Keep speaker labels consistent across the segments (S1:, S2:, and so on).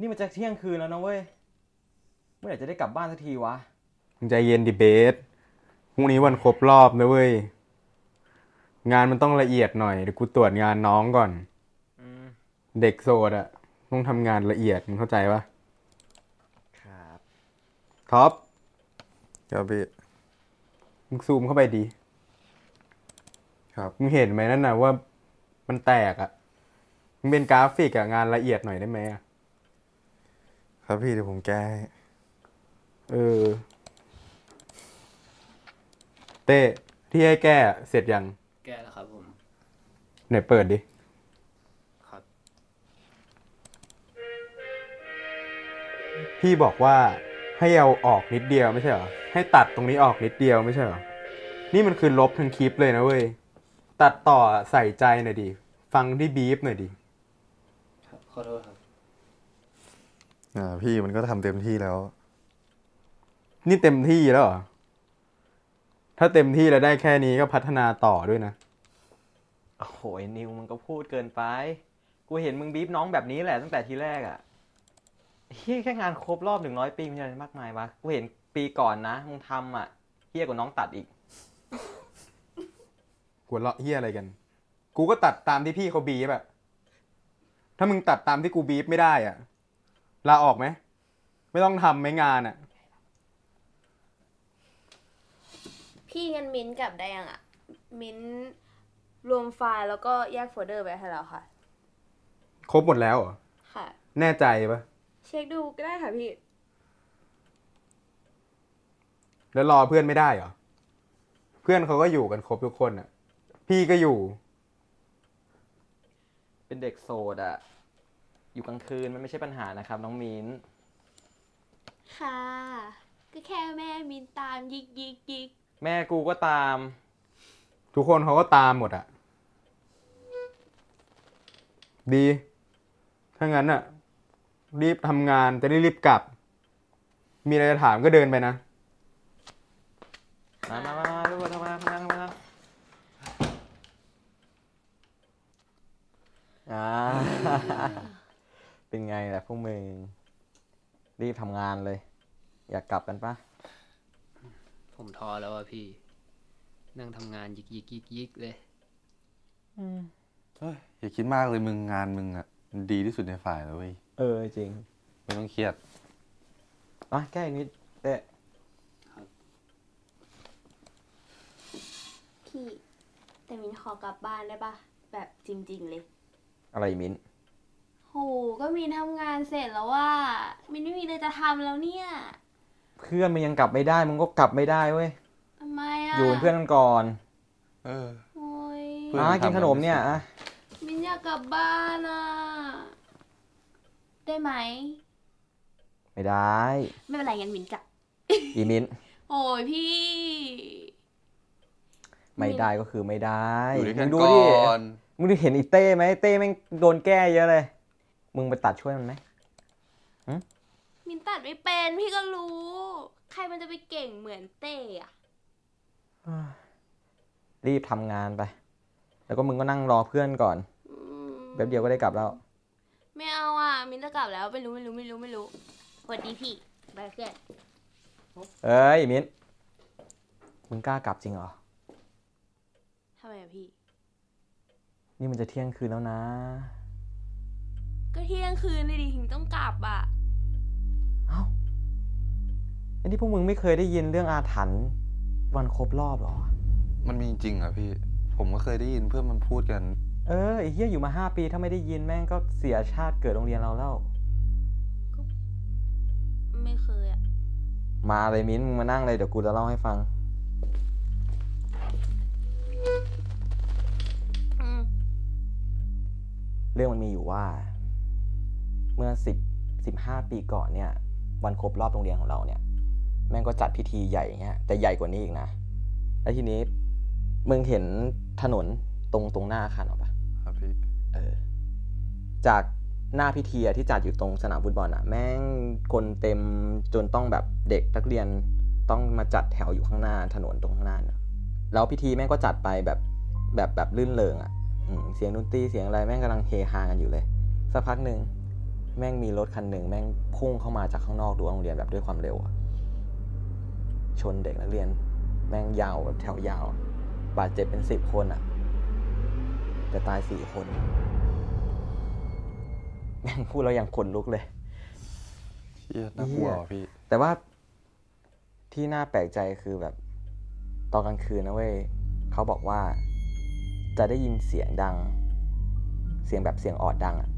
S1: นี่มันจะเที่ยงคืนแล้วนะเว้ย เมื่อไหร่จะได้กลับบ้านสักทีวะ
S2: มึงใจเย็นดิเบสพรุ่งนี้วันครบรอบนะเว้ย งานมันต้องละเอียดหน่อยเดี๋ยวกูตรวจงานน้องก่อน เด็กโสดอะต้องทำงานละเอียดมึงเข้าใจปะ
S1: ครับ
S2: ท็อป
S3: ครับพี่
S2: มึงซูมเข้าไปดี
S3: ครับ
S2: มึงเห็นไหมนั่นนะว่ามันแตกอะมึงเป็นกราฟิกอะงานละเอียดหน่อยได้ไหมอะ
S3: ครับพี่เดี๋ยวผมแก้ให้
S2: เออ เต้ที่ให้แก้อะเสร็จยัง
S4: แก้แล้วครับผม
S2: ไหนเปิดดิ
S4: ครับ
S2: พี่บอกว่าให้เอาออกนิดเดียวไม่ใช่เหรอ ให้ตัดตรงนี้ออกนิดเดียวไม่ใช่เหรอ นี่มันคือลบทั้งคลิปเลยนะเว้ย ตัดต่อใส่ใจหน่อยดิ ฟังที่บีฟหน่อยดิ
S4: ครับขอโทษครับ
S3: อ่าพี่มันก็ทำเต็มที่แล้ว
S2: นี่เต็มที่แล้วเหรอ ถ้าเต็มที่แล้วได้แค่นี้ก็พัฒนาต่อด้วยนะ
S1: โอ้โหไอ้นิวมึงก็พูดเกินไป กูเห็นมึงบีบน้องแบบนี้แหละตั้งแต่ทีแรกอะ่ะเฮียแค่งานครบรอบหนึ่งร้อยปีมันจะอะไรมากมายวะ กูเห็นปีก่อนนะมึงทำอ่ะเฮียกว่าน้องตัดอีก
S2: หัวเราะเฮียอะไรกัน กูก็ตัดตามที่พี่เขาบีบอะถ้ามึงตัดตามที่กูบีบไม่ได้อะลาออกไหม ไม่ต้องทำไหมงานอะ
S5: พี่งั้นมิ้นท์กลับได้ยังอะมิ้นท์รวมไฟล์แล้วก็แยกโฟลเดอร์ไปให้แล้วค่ะ
S2: ครบหมดแล้วเหรอ
S5: ค่ะ
S2: แน่ใจปะ
S5: เช็คดูก็ได้ค่ะพี่
S2: แล้วรอเพื่อนไม่ได้เหรอ เพื่อนเขาก็อยู่กันครบทุกคนอะพี่ก็อยู่
S1: เป็นเด็กโสดอะ่ะ อยู่กลางคืนมันไม่ใช่ปัญหานะครับน้องมิน
S5: ค่ะ ก็แค่แม่มินตามยิกยิกยิก
S1: แม่กูก็ตาม
S2: ทุกคนเขาก็ตามหมดอะดี ถ้างั้นอะรีบทำงานจะได้รีบกลับ มีอะไรจะถามก็เดินไปนะ
S1: มามามามาทุกคนมามามามาอ่า เป็นไงล่ะพวกมึง รีบทำงานเลย อยากกลับกันปะ
S4: ผมท้อแล้วอะพี่ นั่งทำงานยิกยิกยิกยิกเลย
S3: เฮ้ยอย่าคิดมากเลยมึงงานมึงอ่ะมันดีที่สุดในฝ่ายแล้วเว้ย
S1: เออ จริง
S3: ไม่ต้องเครียด
S1: อ่ะแก้อีกนิดเตะ
S5: พี่ แต่มินขอกลับบ้านได้ปะแบบจริง ๆ เลย
S1: อะไรมิ้น
S5: โห ก็มินทำงานเสร็จแล้วว่ามินไม่มีเลยจะทำแล้วเนี่ย
S1: เพื่อนมันยังกลับไม่ได้ มึงก็กลับไม่ได้เว้ย
S5: ทำไมอะ
S1: อยู่เป็นเพื่อนกันก่อน
S3: เออ
S5: โอ้ย
S3: เพื่อน
S1: อ่ะ
S3: มันทำ
S1: กินขนมเนี่ยอ่ะ
S5: มินอยากกลับบ้านอะได้ไหม
S1: ไม่ได้
S5: ไม่เป็นไรงั้นมินกลับ
S1: อีมิ้น
S5: โอ้ยพี่
S1: ไม่ได้ก็คือไม่ได้
S3: อยู่ด้วยกั
S1: มึ
S3: น
S1: งดู
S3: ก่
S1: ดิ
S3: อน
S1: มึงได้เห็นไอีเต้ไหมเต้แม่งโดนแก้เยอะเลย มึงไปตัดช่วยมันไหม
S5: มินตัดไม่เป็นพี่ก็รู้ ใครมันจะไปเก่งเหมือนเต้อะ
S1: รีบทำงานไป แล้วก็มึงก็นั่งรอเพื่อนก่อน
S5: อืม
S1: แป๊บเดียวก็ได้กลับแล้ว
S5: ไม่เอาอ่ะ มินจะกลับแล้วไม่รู้ไม่รู้ไม่รู้ไม่รู้สวัสดีพี่บายเพื่อน
S1: เอ้ยมิ้น มึงกล้ากลับจริงเหรอ
S5: ทำไมอะพี่
S1: นี่มันจะเที่ยงคืนแล้วนะ
S5: ก็เที่ยงคืนเลยดิถึงต้องกลับอ่ะ
S1: เอ้าไอ้นี่พวกมึงไม่เคยได้ยินเรื่องอาถรรพ์วันครบรอบเหรอ
S3: มันมีจริงเหรอ่ะพี่ ผมก็เคยได้ยินเพื่อนมันพูดกัน
S1: เออไอ้เหี้ยอยู่มาห้าปีถ้าไม่ได้ยินแม่งก็เสียชาติเกิดโรงเรียนเราแล้ว
S5: ไม่เคยอ่ะ
S1: มาเลยมิ้นมึงมานั่งเลยเดี๋ยวกูจะเล่าให้ฟัง
S5: อืม
S1: เรื่องมันมีอยู่ว่า เมื่อสิบสิบห้าปีก่อนเนี่ย วันครบรอบโรงเรียนของเราเนี่ย แม่งก็จัดพิธีใหญ่เงี้ยแต่ใหญ่กว่านี้อีกนะ แล้วทีนี้มึงเห็นถนนตรงตรงหน้าอาคารหรอาปะ
S3: ครับพี่
S1: เออ จากหน้าพิธีอะที่จัดอยู่ตรงสนามฟุตบอลอะแม่งคนเต็มจนต้องแบบเด็กนักเรียนต้องมาจัดแถวอยู่ข้างหน้าถนนตรงข้างหน้าเนอะแล้วพิธีแม่งก็จัดไปแบบแบบแบบลื่นเริงอะ อืมเสียงดนตรีเสียงอะไรแม่งกำลังเฮฮากันอยู่เลย สักพักหนึ่ง แม่งมีรถคันหนึ่งแม่งพุ่งเข้ามาจากข้างนอกรั้วโรงเรียนแบบด้วยความเร็วอะชนเด็กนักเรียน แม่งยาวแบบแถวยาว บาดเจ็บเป็นสิบคนอะแต่ตายสี่คน แม่ง พูดแล้วยังขนลุกเลย
S3: เชี่ยน่ากลัวว่ะพี่
S1: แต่ว่าที่น่าแปลกใจคือแบบ ตอนกลางคืนนะเว้ยเขาบอกว่า จะได้ยินเสียงดัง เสียงแบบเสียงออดดังอะ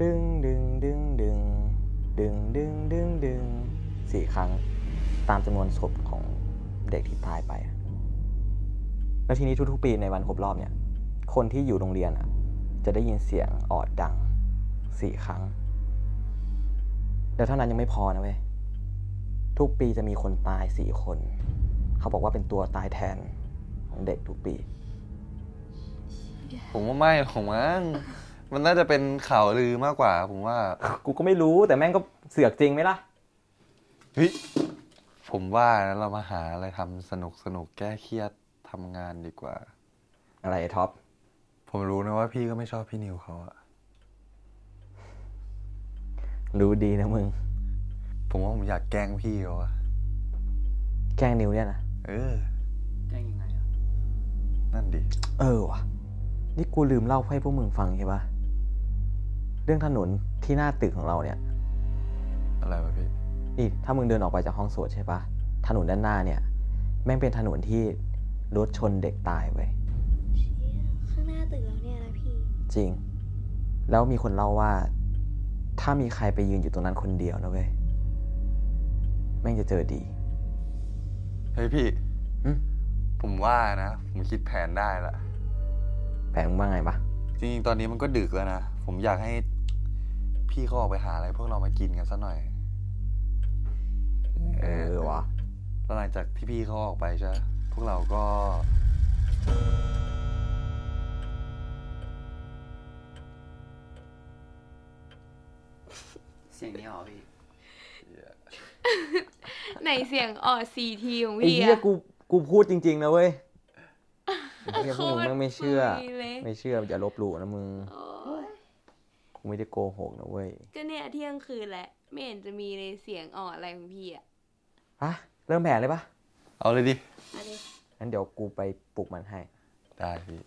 S1: ดึงดึงดึงดึงดึงดึงดึงดึงสี่ครั้ง ตามจำนวนศพของเด็กที่ตายไปอะแล้วทีนี้ทุกๆปีในวันครบรอบเนี่ย คนที่อยู่โรงเรียนอะจะได้ยินเสียงออดดังสี่ครั้ง แล้วเท่านั้นยังไม่พอนะเว้ย ทุกปีจะมีคนตายสี่คน เขาบอกว่าเป็นตัวตายแทนของเด็กทุกปี
S3: ผมว่าไม่ของมั้งมันน่าจะเป็นข่าวลือมากกว่า ผมว่า
S1: กูก็ไม่รู้แต่แม่งก็เสือกจริงไหมล่ะ
S3: เฮ้ยผมว่านะเรามาหาอะไรทำสนุกสนุกๆแก้เครียดทำงานดีกว่า
S1: อะไรไอ้ท็อป
S3: ผมรู้นะว่าพี่ก็ไม่ชอบพี่นิวเขาอะ
S1: รู้ดีนะมึง
S3: ผมว่าผมอยากแกล้งพี่เขาอะ
S1: แกล้งนิวเนี่ยนะ
S3: เออ
S4: แกล้งยังไงอะ
S3: นั่นดิ
S1: เออวะนี่กูลืมเล่าให้พวกมึงฟังใช่ปะเรื่องถนนที่หน้าตึกของเราเนี่ย
S3: อะไรวะพี่
S1: นี่ถ้ามึงเดินออกไปจากห้องสวดใช่ปะถนนด้านหน้าเนี่ย แม่งเป็นถนนที่รถชนเด็กตายเว้ย
S5: เชี่ยข้างหน้าตึกแล้วเนี่ยนะพี่
S1: จริง แล้วมีคนเล่าว่า ถ้ามีใครไปยืนอยู่ตรงนั้นคนเดียวนะเว้ย แม่งจะเจอดี
S3: เฮ้ยพี่
S1: หึ
S3: ผมว่านะ ผมคิดแผนได้ละ
S1: แผนมึงว่าไงปะ
S3: จริงๆ ตอนนี้มันก็ดึกแล้วนะ ผมอยากให้ พี่เขาออกไปหาอะไรพวกเรามากินกันสักหน่อย
S1: เออวะ
S3: แล้วหลังจากที่พี่เขาออกไปใช่ไหมพวกเราก็
S4: เสียงนี้เหรอพี่
S5: ไหนเสียงออดซีทีของ
S1: ไอ้
S5: พี่
S1: เหี้ย
S5: อะ
S1: กูกูพูดจริง ๆ นะเว้ยไอ้เหี้ยพวกมึงแม่งไม่เชื่อ
S5: โคตรปุยเลย
S1: ไม่เชื่ออย่าลบหลู่นะมึง
S5: โอ๊ย
S1: กูไม่ได้โกหกนะเว้ย
S5: ก็เนี่ยเที่ยงคืนแล้วไม่เห็นจะมีเลยเสียงออดอะไรของพี่อะ
S1: อะเริ่มแผนเลยปะ
S3: เอาเลยดิ
S5: มาดิ
S1: งั้นเดี๋ยวกูไปปลุกมันให้
S3: ได้พี่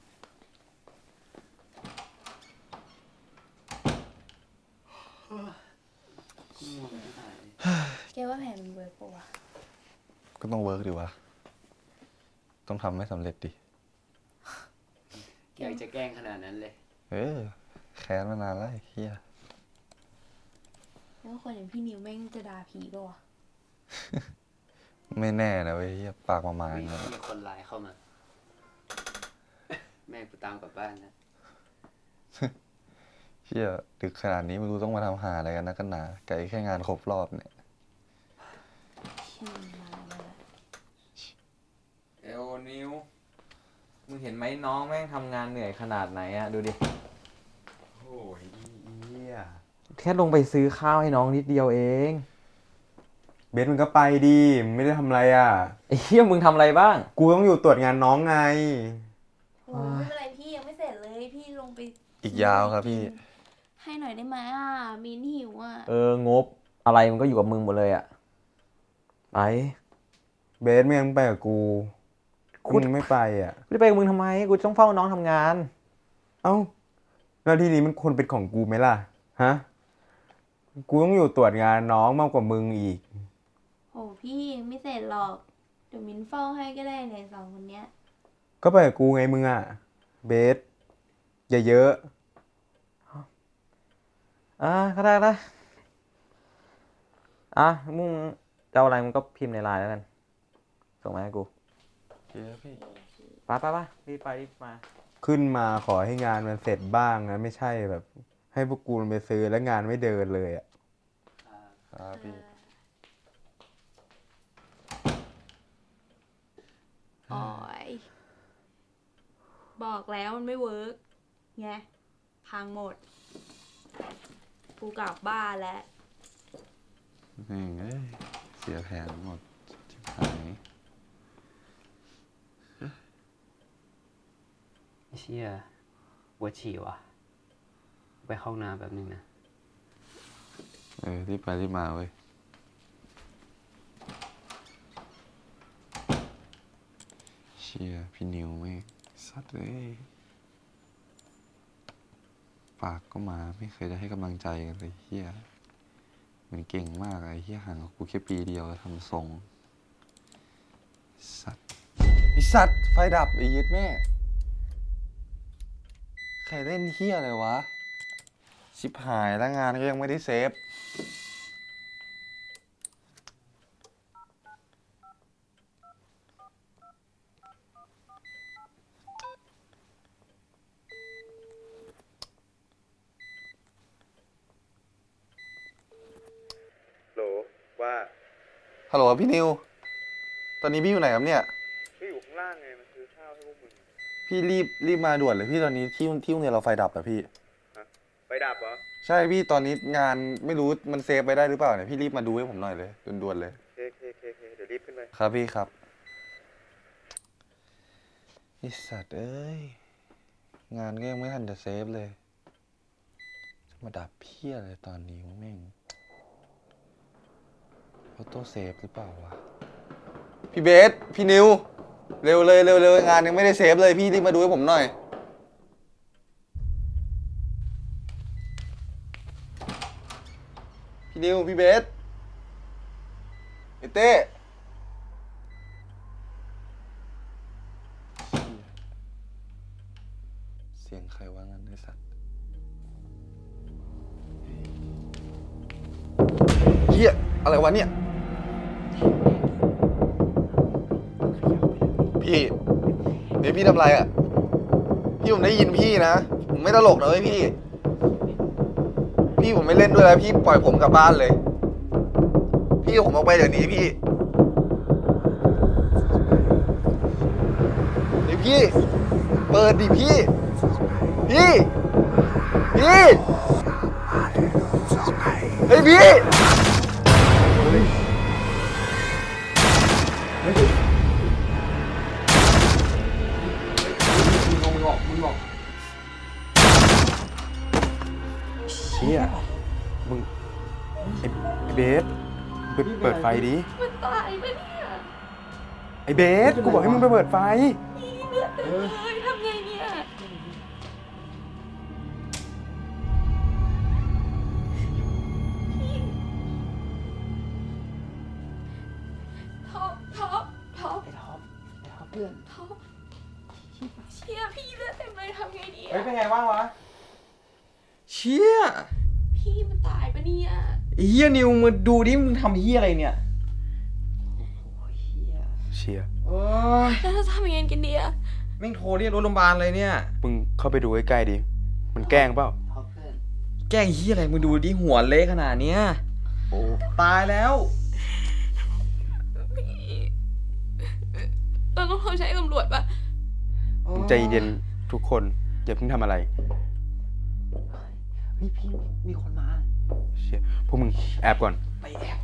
S5: แกว่าแผนมันเวิร์กปะวะ
S3: ก็ต้องเวิร์กดีวะ ต้องทำให้สำเร็จดิ
S4: อยากจะแกล้งขนาดนั้นเลย
S3: เออ แค้นมานานแล้วไอ้เฮีย
S5: แล้วคนอย่างพี่นิวแม่งจะด่าผีปะวะ
S3: ไม่แน่นะเว้ยเฮียปากประมาณ
S4: มี
S3: นะ
S4: คนร้ายเข้ามา แม่กูตามกลับบ้านนะ
S3: เฮียดึกขนาดนี้ไม่รู้ต้องมาทำหาอะไรกันนะกันหนาไก่แค่งานครบรอบเนี่ย
S5: ชื่อมาแล้ว
S1: เอลนิว มึงเห็นไหมน้องแม่งทำงานเหนื่อยขนาดไหนอะดูดิ
S3: โอ้ยเฮีย
S1: แค่ลงไปซื้อข้าวให้น้องนิดเดียวเอง
S2: เบสมึงก็ไปดีไม่ได้ทำอะไรอ่ะ
S1: ไอ้เหี้ยมึงทำอะไรบ้าง
S2: กูต้องอยู่ตรวจงานน้องไง
S5: โอ้ยไม่เป็นไรพี่ยังไม่เสร็จเลยพี่ลงไป
S3: อีกยาวครับพี่
S5: ให้หน่อยได้ไหมอ่ะมินหิวอ่ะ
S1: เอองบอะไรมันก็อยู่กับมึงหมดเลยอะไป
S2: เบสมึงยังไปกับกูกูยังไม่ไปอ่ะ
S1: กูจะไปกับมึงทำไม กูต้องเฝ้าน้องทำงาน
S2: เอ้า แล้วทีนี้มันควรเป็นของกูไหมล่ะ ฮะ กูต้องอยู่ตรวจงานน้องมากกว่ามึงอีก
S5: โอ้พี่ยังไม่เสร็จหรอกเดี๋ยวมินเฝ้าให้ก็ได้เนี่ยสองคนเนี้ย
S2: ก็ไปกับกูไงมึงอ่ะ เบส อย่าเยอะ
S1: อ่ะก็ได้ละอ่ะมึงจะเอาอะไรมึงก็พิมพ์ในไลน์แล้วกัน ส่งมาให้กู
S3: เฮียพี่
S1: ไปไปไปรีบไปรีบมา
S2: ขึ้นมาขอให้งานมันเสร็จบ้างนะ ไม่ใช่แบบ ให้พวกกูไปซื้อแล้วงานไม่เดินเลยอ่ะ
S3: ครับพี่
S5: โอ๋อยบอกแล้วมันไม่เวิร์กไงพังหมด กูกลับบ้านแล้ว
S3: หนึ่งเอ้ยเสียแผนหมดชิบหาย
S4: เชี่ยวัวฉี่ว่ะ ไปเข้าห้องน้ำแบบนึงนะ
S3: เออรีบไปรีบมาเว้ย เชียพี่นิวไม่งสัตว์เลยปากก็หมาไม่เคยได้ให้กำลังใจกันเลยเฮียเหมันเก่งมากอะไอ้เฮียห่างกับกูแค่ปีเดียวแล้วทำทรง สัตว์ไอสัตว์ ไฟดับไอ้ยึดแม่ ใครเล่นเฮียอะไรวะ ชิบหายแล้วงานก็ยังไม่ได้เซฟ
S6: โหลว่า
S3: ฮัลโหลพี่นิว ตอนนี้พี่อยู่ไหนครับเนี่ย
S6: พี่อยู่ข้างล่างไงมันซื้อข้าวให้พวกมึง
S3: พี่รีบรีบมาด่วนเลยพี่ตอนนี้ที่ที่โรงเรียนเราไฟดับอะพี่
S6: ไฟดับเหรอ
S3: ใช่พี่ตอนนี้งานไม่รู้มันเซฟไปได้หรือเปล่าเนี่ยพี่รีบมาดูให้ผมหน่อยเลยด่วนๆเลย
S6: เคเคเคเคเดี๋ยวรีบขึ้นไป
S3: ครับพี่ครับไอสัตว์เอ้ย งานก็ยังไม่ทันจะเซฟเลย จะมาดับเพี้ยอะไรตอนนี้วะแม่งเขาโต้เซฟหรือเปล่าวะ พี่เบส พี่นิว เร็วเลยเร็วเร็วงานยังไม่ได้เซฟเลยพี่รีบมาดูให้ผมหน่อย พี่นิว พี่เบสไอเต้ เสียงใครว่างั้นไอสัตว์เฮียอะไรวะเนี่ย พี่เฮ้ยพี่ทำไรอ่ะ พี่ผมได้ยินพี่นะ ผมไม่ตลกนะเว้ยพี่ พี่ผมไม่เล่นด้วยแล้ว พี่ปล่อยผมกลับบ้านเลย พี่เอาผมออกไปเดี๋ยวนี้พี่เฮ้ยพี่ เปิดดิพี่ พี่ พี่ เฮ้ยพี่
S2: เชี่ยมึงไอ้ไอ้เบสมึงไปเปิดไฟดิ
S7: มันตายไปเนี่ย
S2: ไอ้เบส กูบอกให้มึงไปเปิดไฟ
S7: เลือดเต็มเลยทำไงเนี่ย ท็อปท็อปท็อปท็อปท็อปเพื่อนท็อปเชียพี่เลือดเต็มเลยทำไงดีอะ
S8: เป็นไงบ้างวะ
S1: เชี่ย
S7: พี่มันตายปะเนี่ย
S1: ไอ้เฮียนิวมาดูดิมึงทำเฮียอะไรเนี่ย
S2: เชี่ย
S1: โอ้ย
S7: แล้วเราจะทำยังไงกันดีอะ
S1: แม่งโทรเรียกรถโรงพยาบาลเลยเนี่ย
S2: มึงเข้าไปดูใกล้ๆดิ มันแกล้งเปล่า
S4: ท็อปเพื่อน
S1: แกล้งเฮียอะไรมึงดูดิหัวเละขนาดเนี้ยตายแล้ว
S7: เราต้องโทรใช้ตำรวจปะ
S2: มึงใจเย็นทุกคน อย่าเพิ่งทำอะไร
S4: เฮ้ยพี่มีคนมา
S2: เชี่ยพวกมึงแอบก่อน
S4: ไปแอบ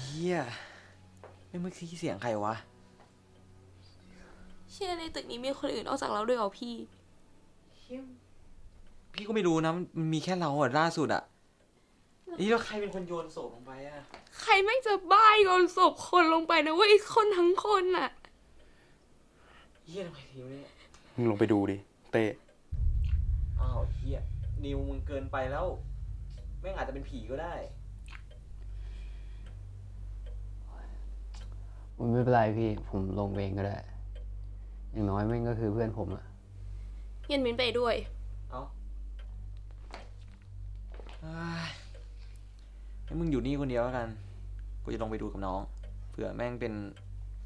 S1: เฮียไม่เมื่อกี้เสียงใครวะ
S7: เชื่อในตึกนี้มีคนอื่นนอกจากเราด้วยเหรอพี่
S1: พี่ก็ไม่รู้นะมันมีแค่เราอะล่าสุดอะนี่แล้วใครเป็นคนโยนศพลงไปอะ
S7: ใครแม่งจะบ้าโยนศพคนลงไปนะเว้ยคนทั้งคนอะ
S1: เฮียทำไมนิวเนี่ย
S2: มึงลงไปดูดิ เต้
S1: อ้าวเฮียนิวมึงเกินไปแล้วแม่งอาจจะเป็นผีก็ได้
S4: ไม่เป็นไรพี่ ผมลงเองก็ได้ อย่างน้อยแม่งก็คือเพื่อนผมอะ
S7: เงินมินไปด้วย
S1: เอาเอ้ยงั้นมึงอยู่นี่คนเดียวแล้วกัน กูจะลงไปดูกับน้อง เผื่อแม่งเป็น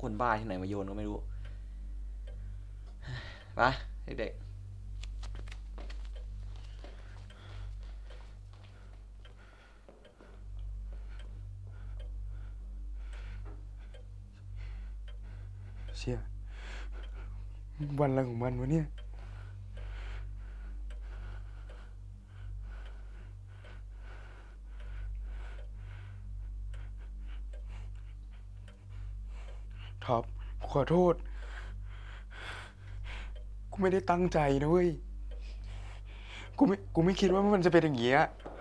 S1: คนบ้าที่ไหนมาโยนก็ไม่รู้ ไปเด็ก
S2: เชี่ยวันอะไรของมันวะเนี่ย ท็อปขอโทษ กูไม่ได้ตั้งใจนะเว้ย กูไม่ กูไม่คิดว่ามันจะเป็นอย่างเงี้ย
S1: ๆ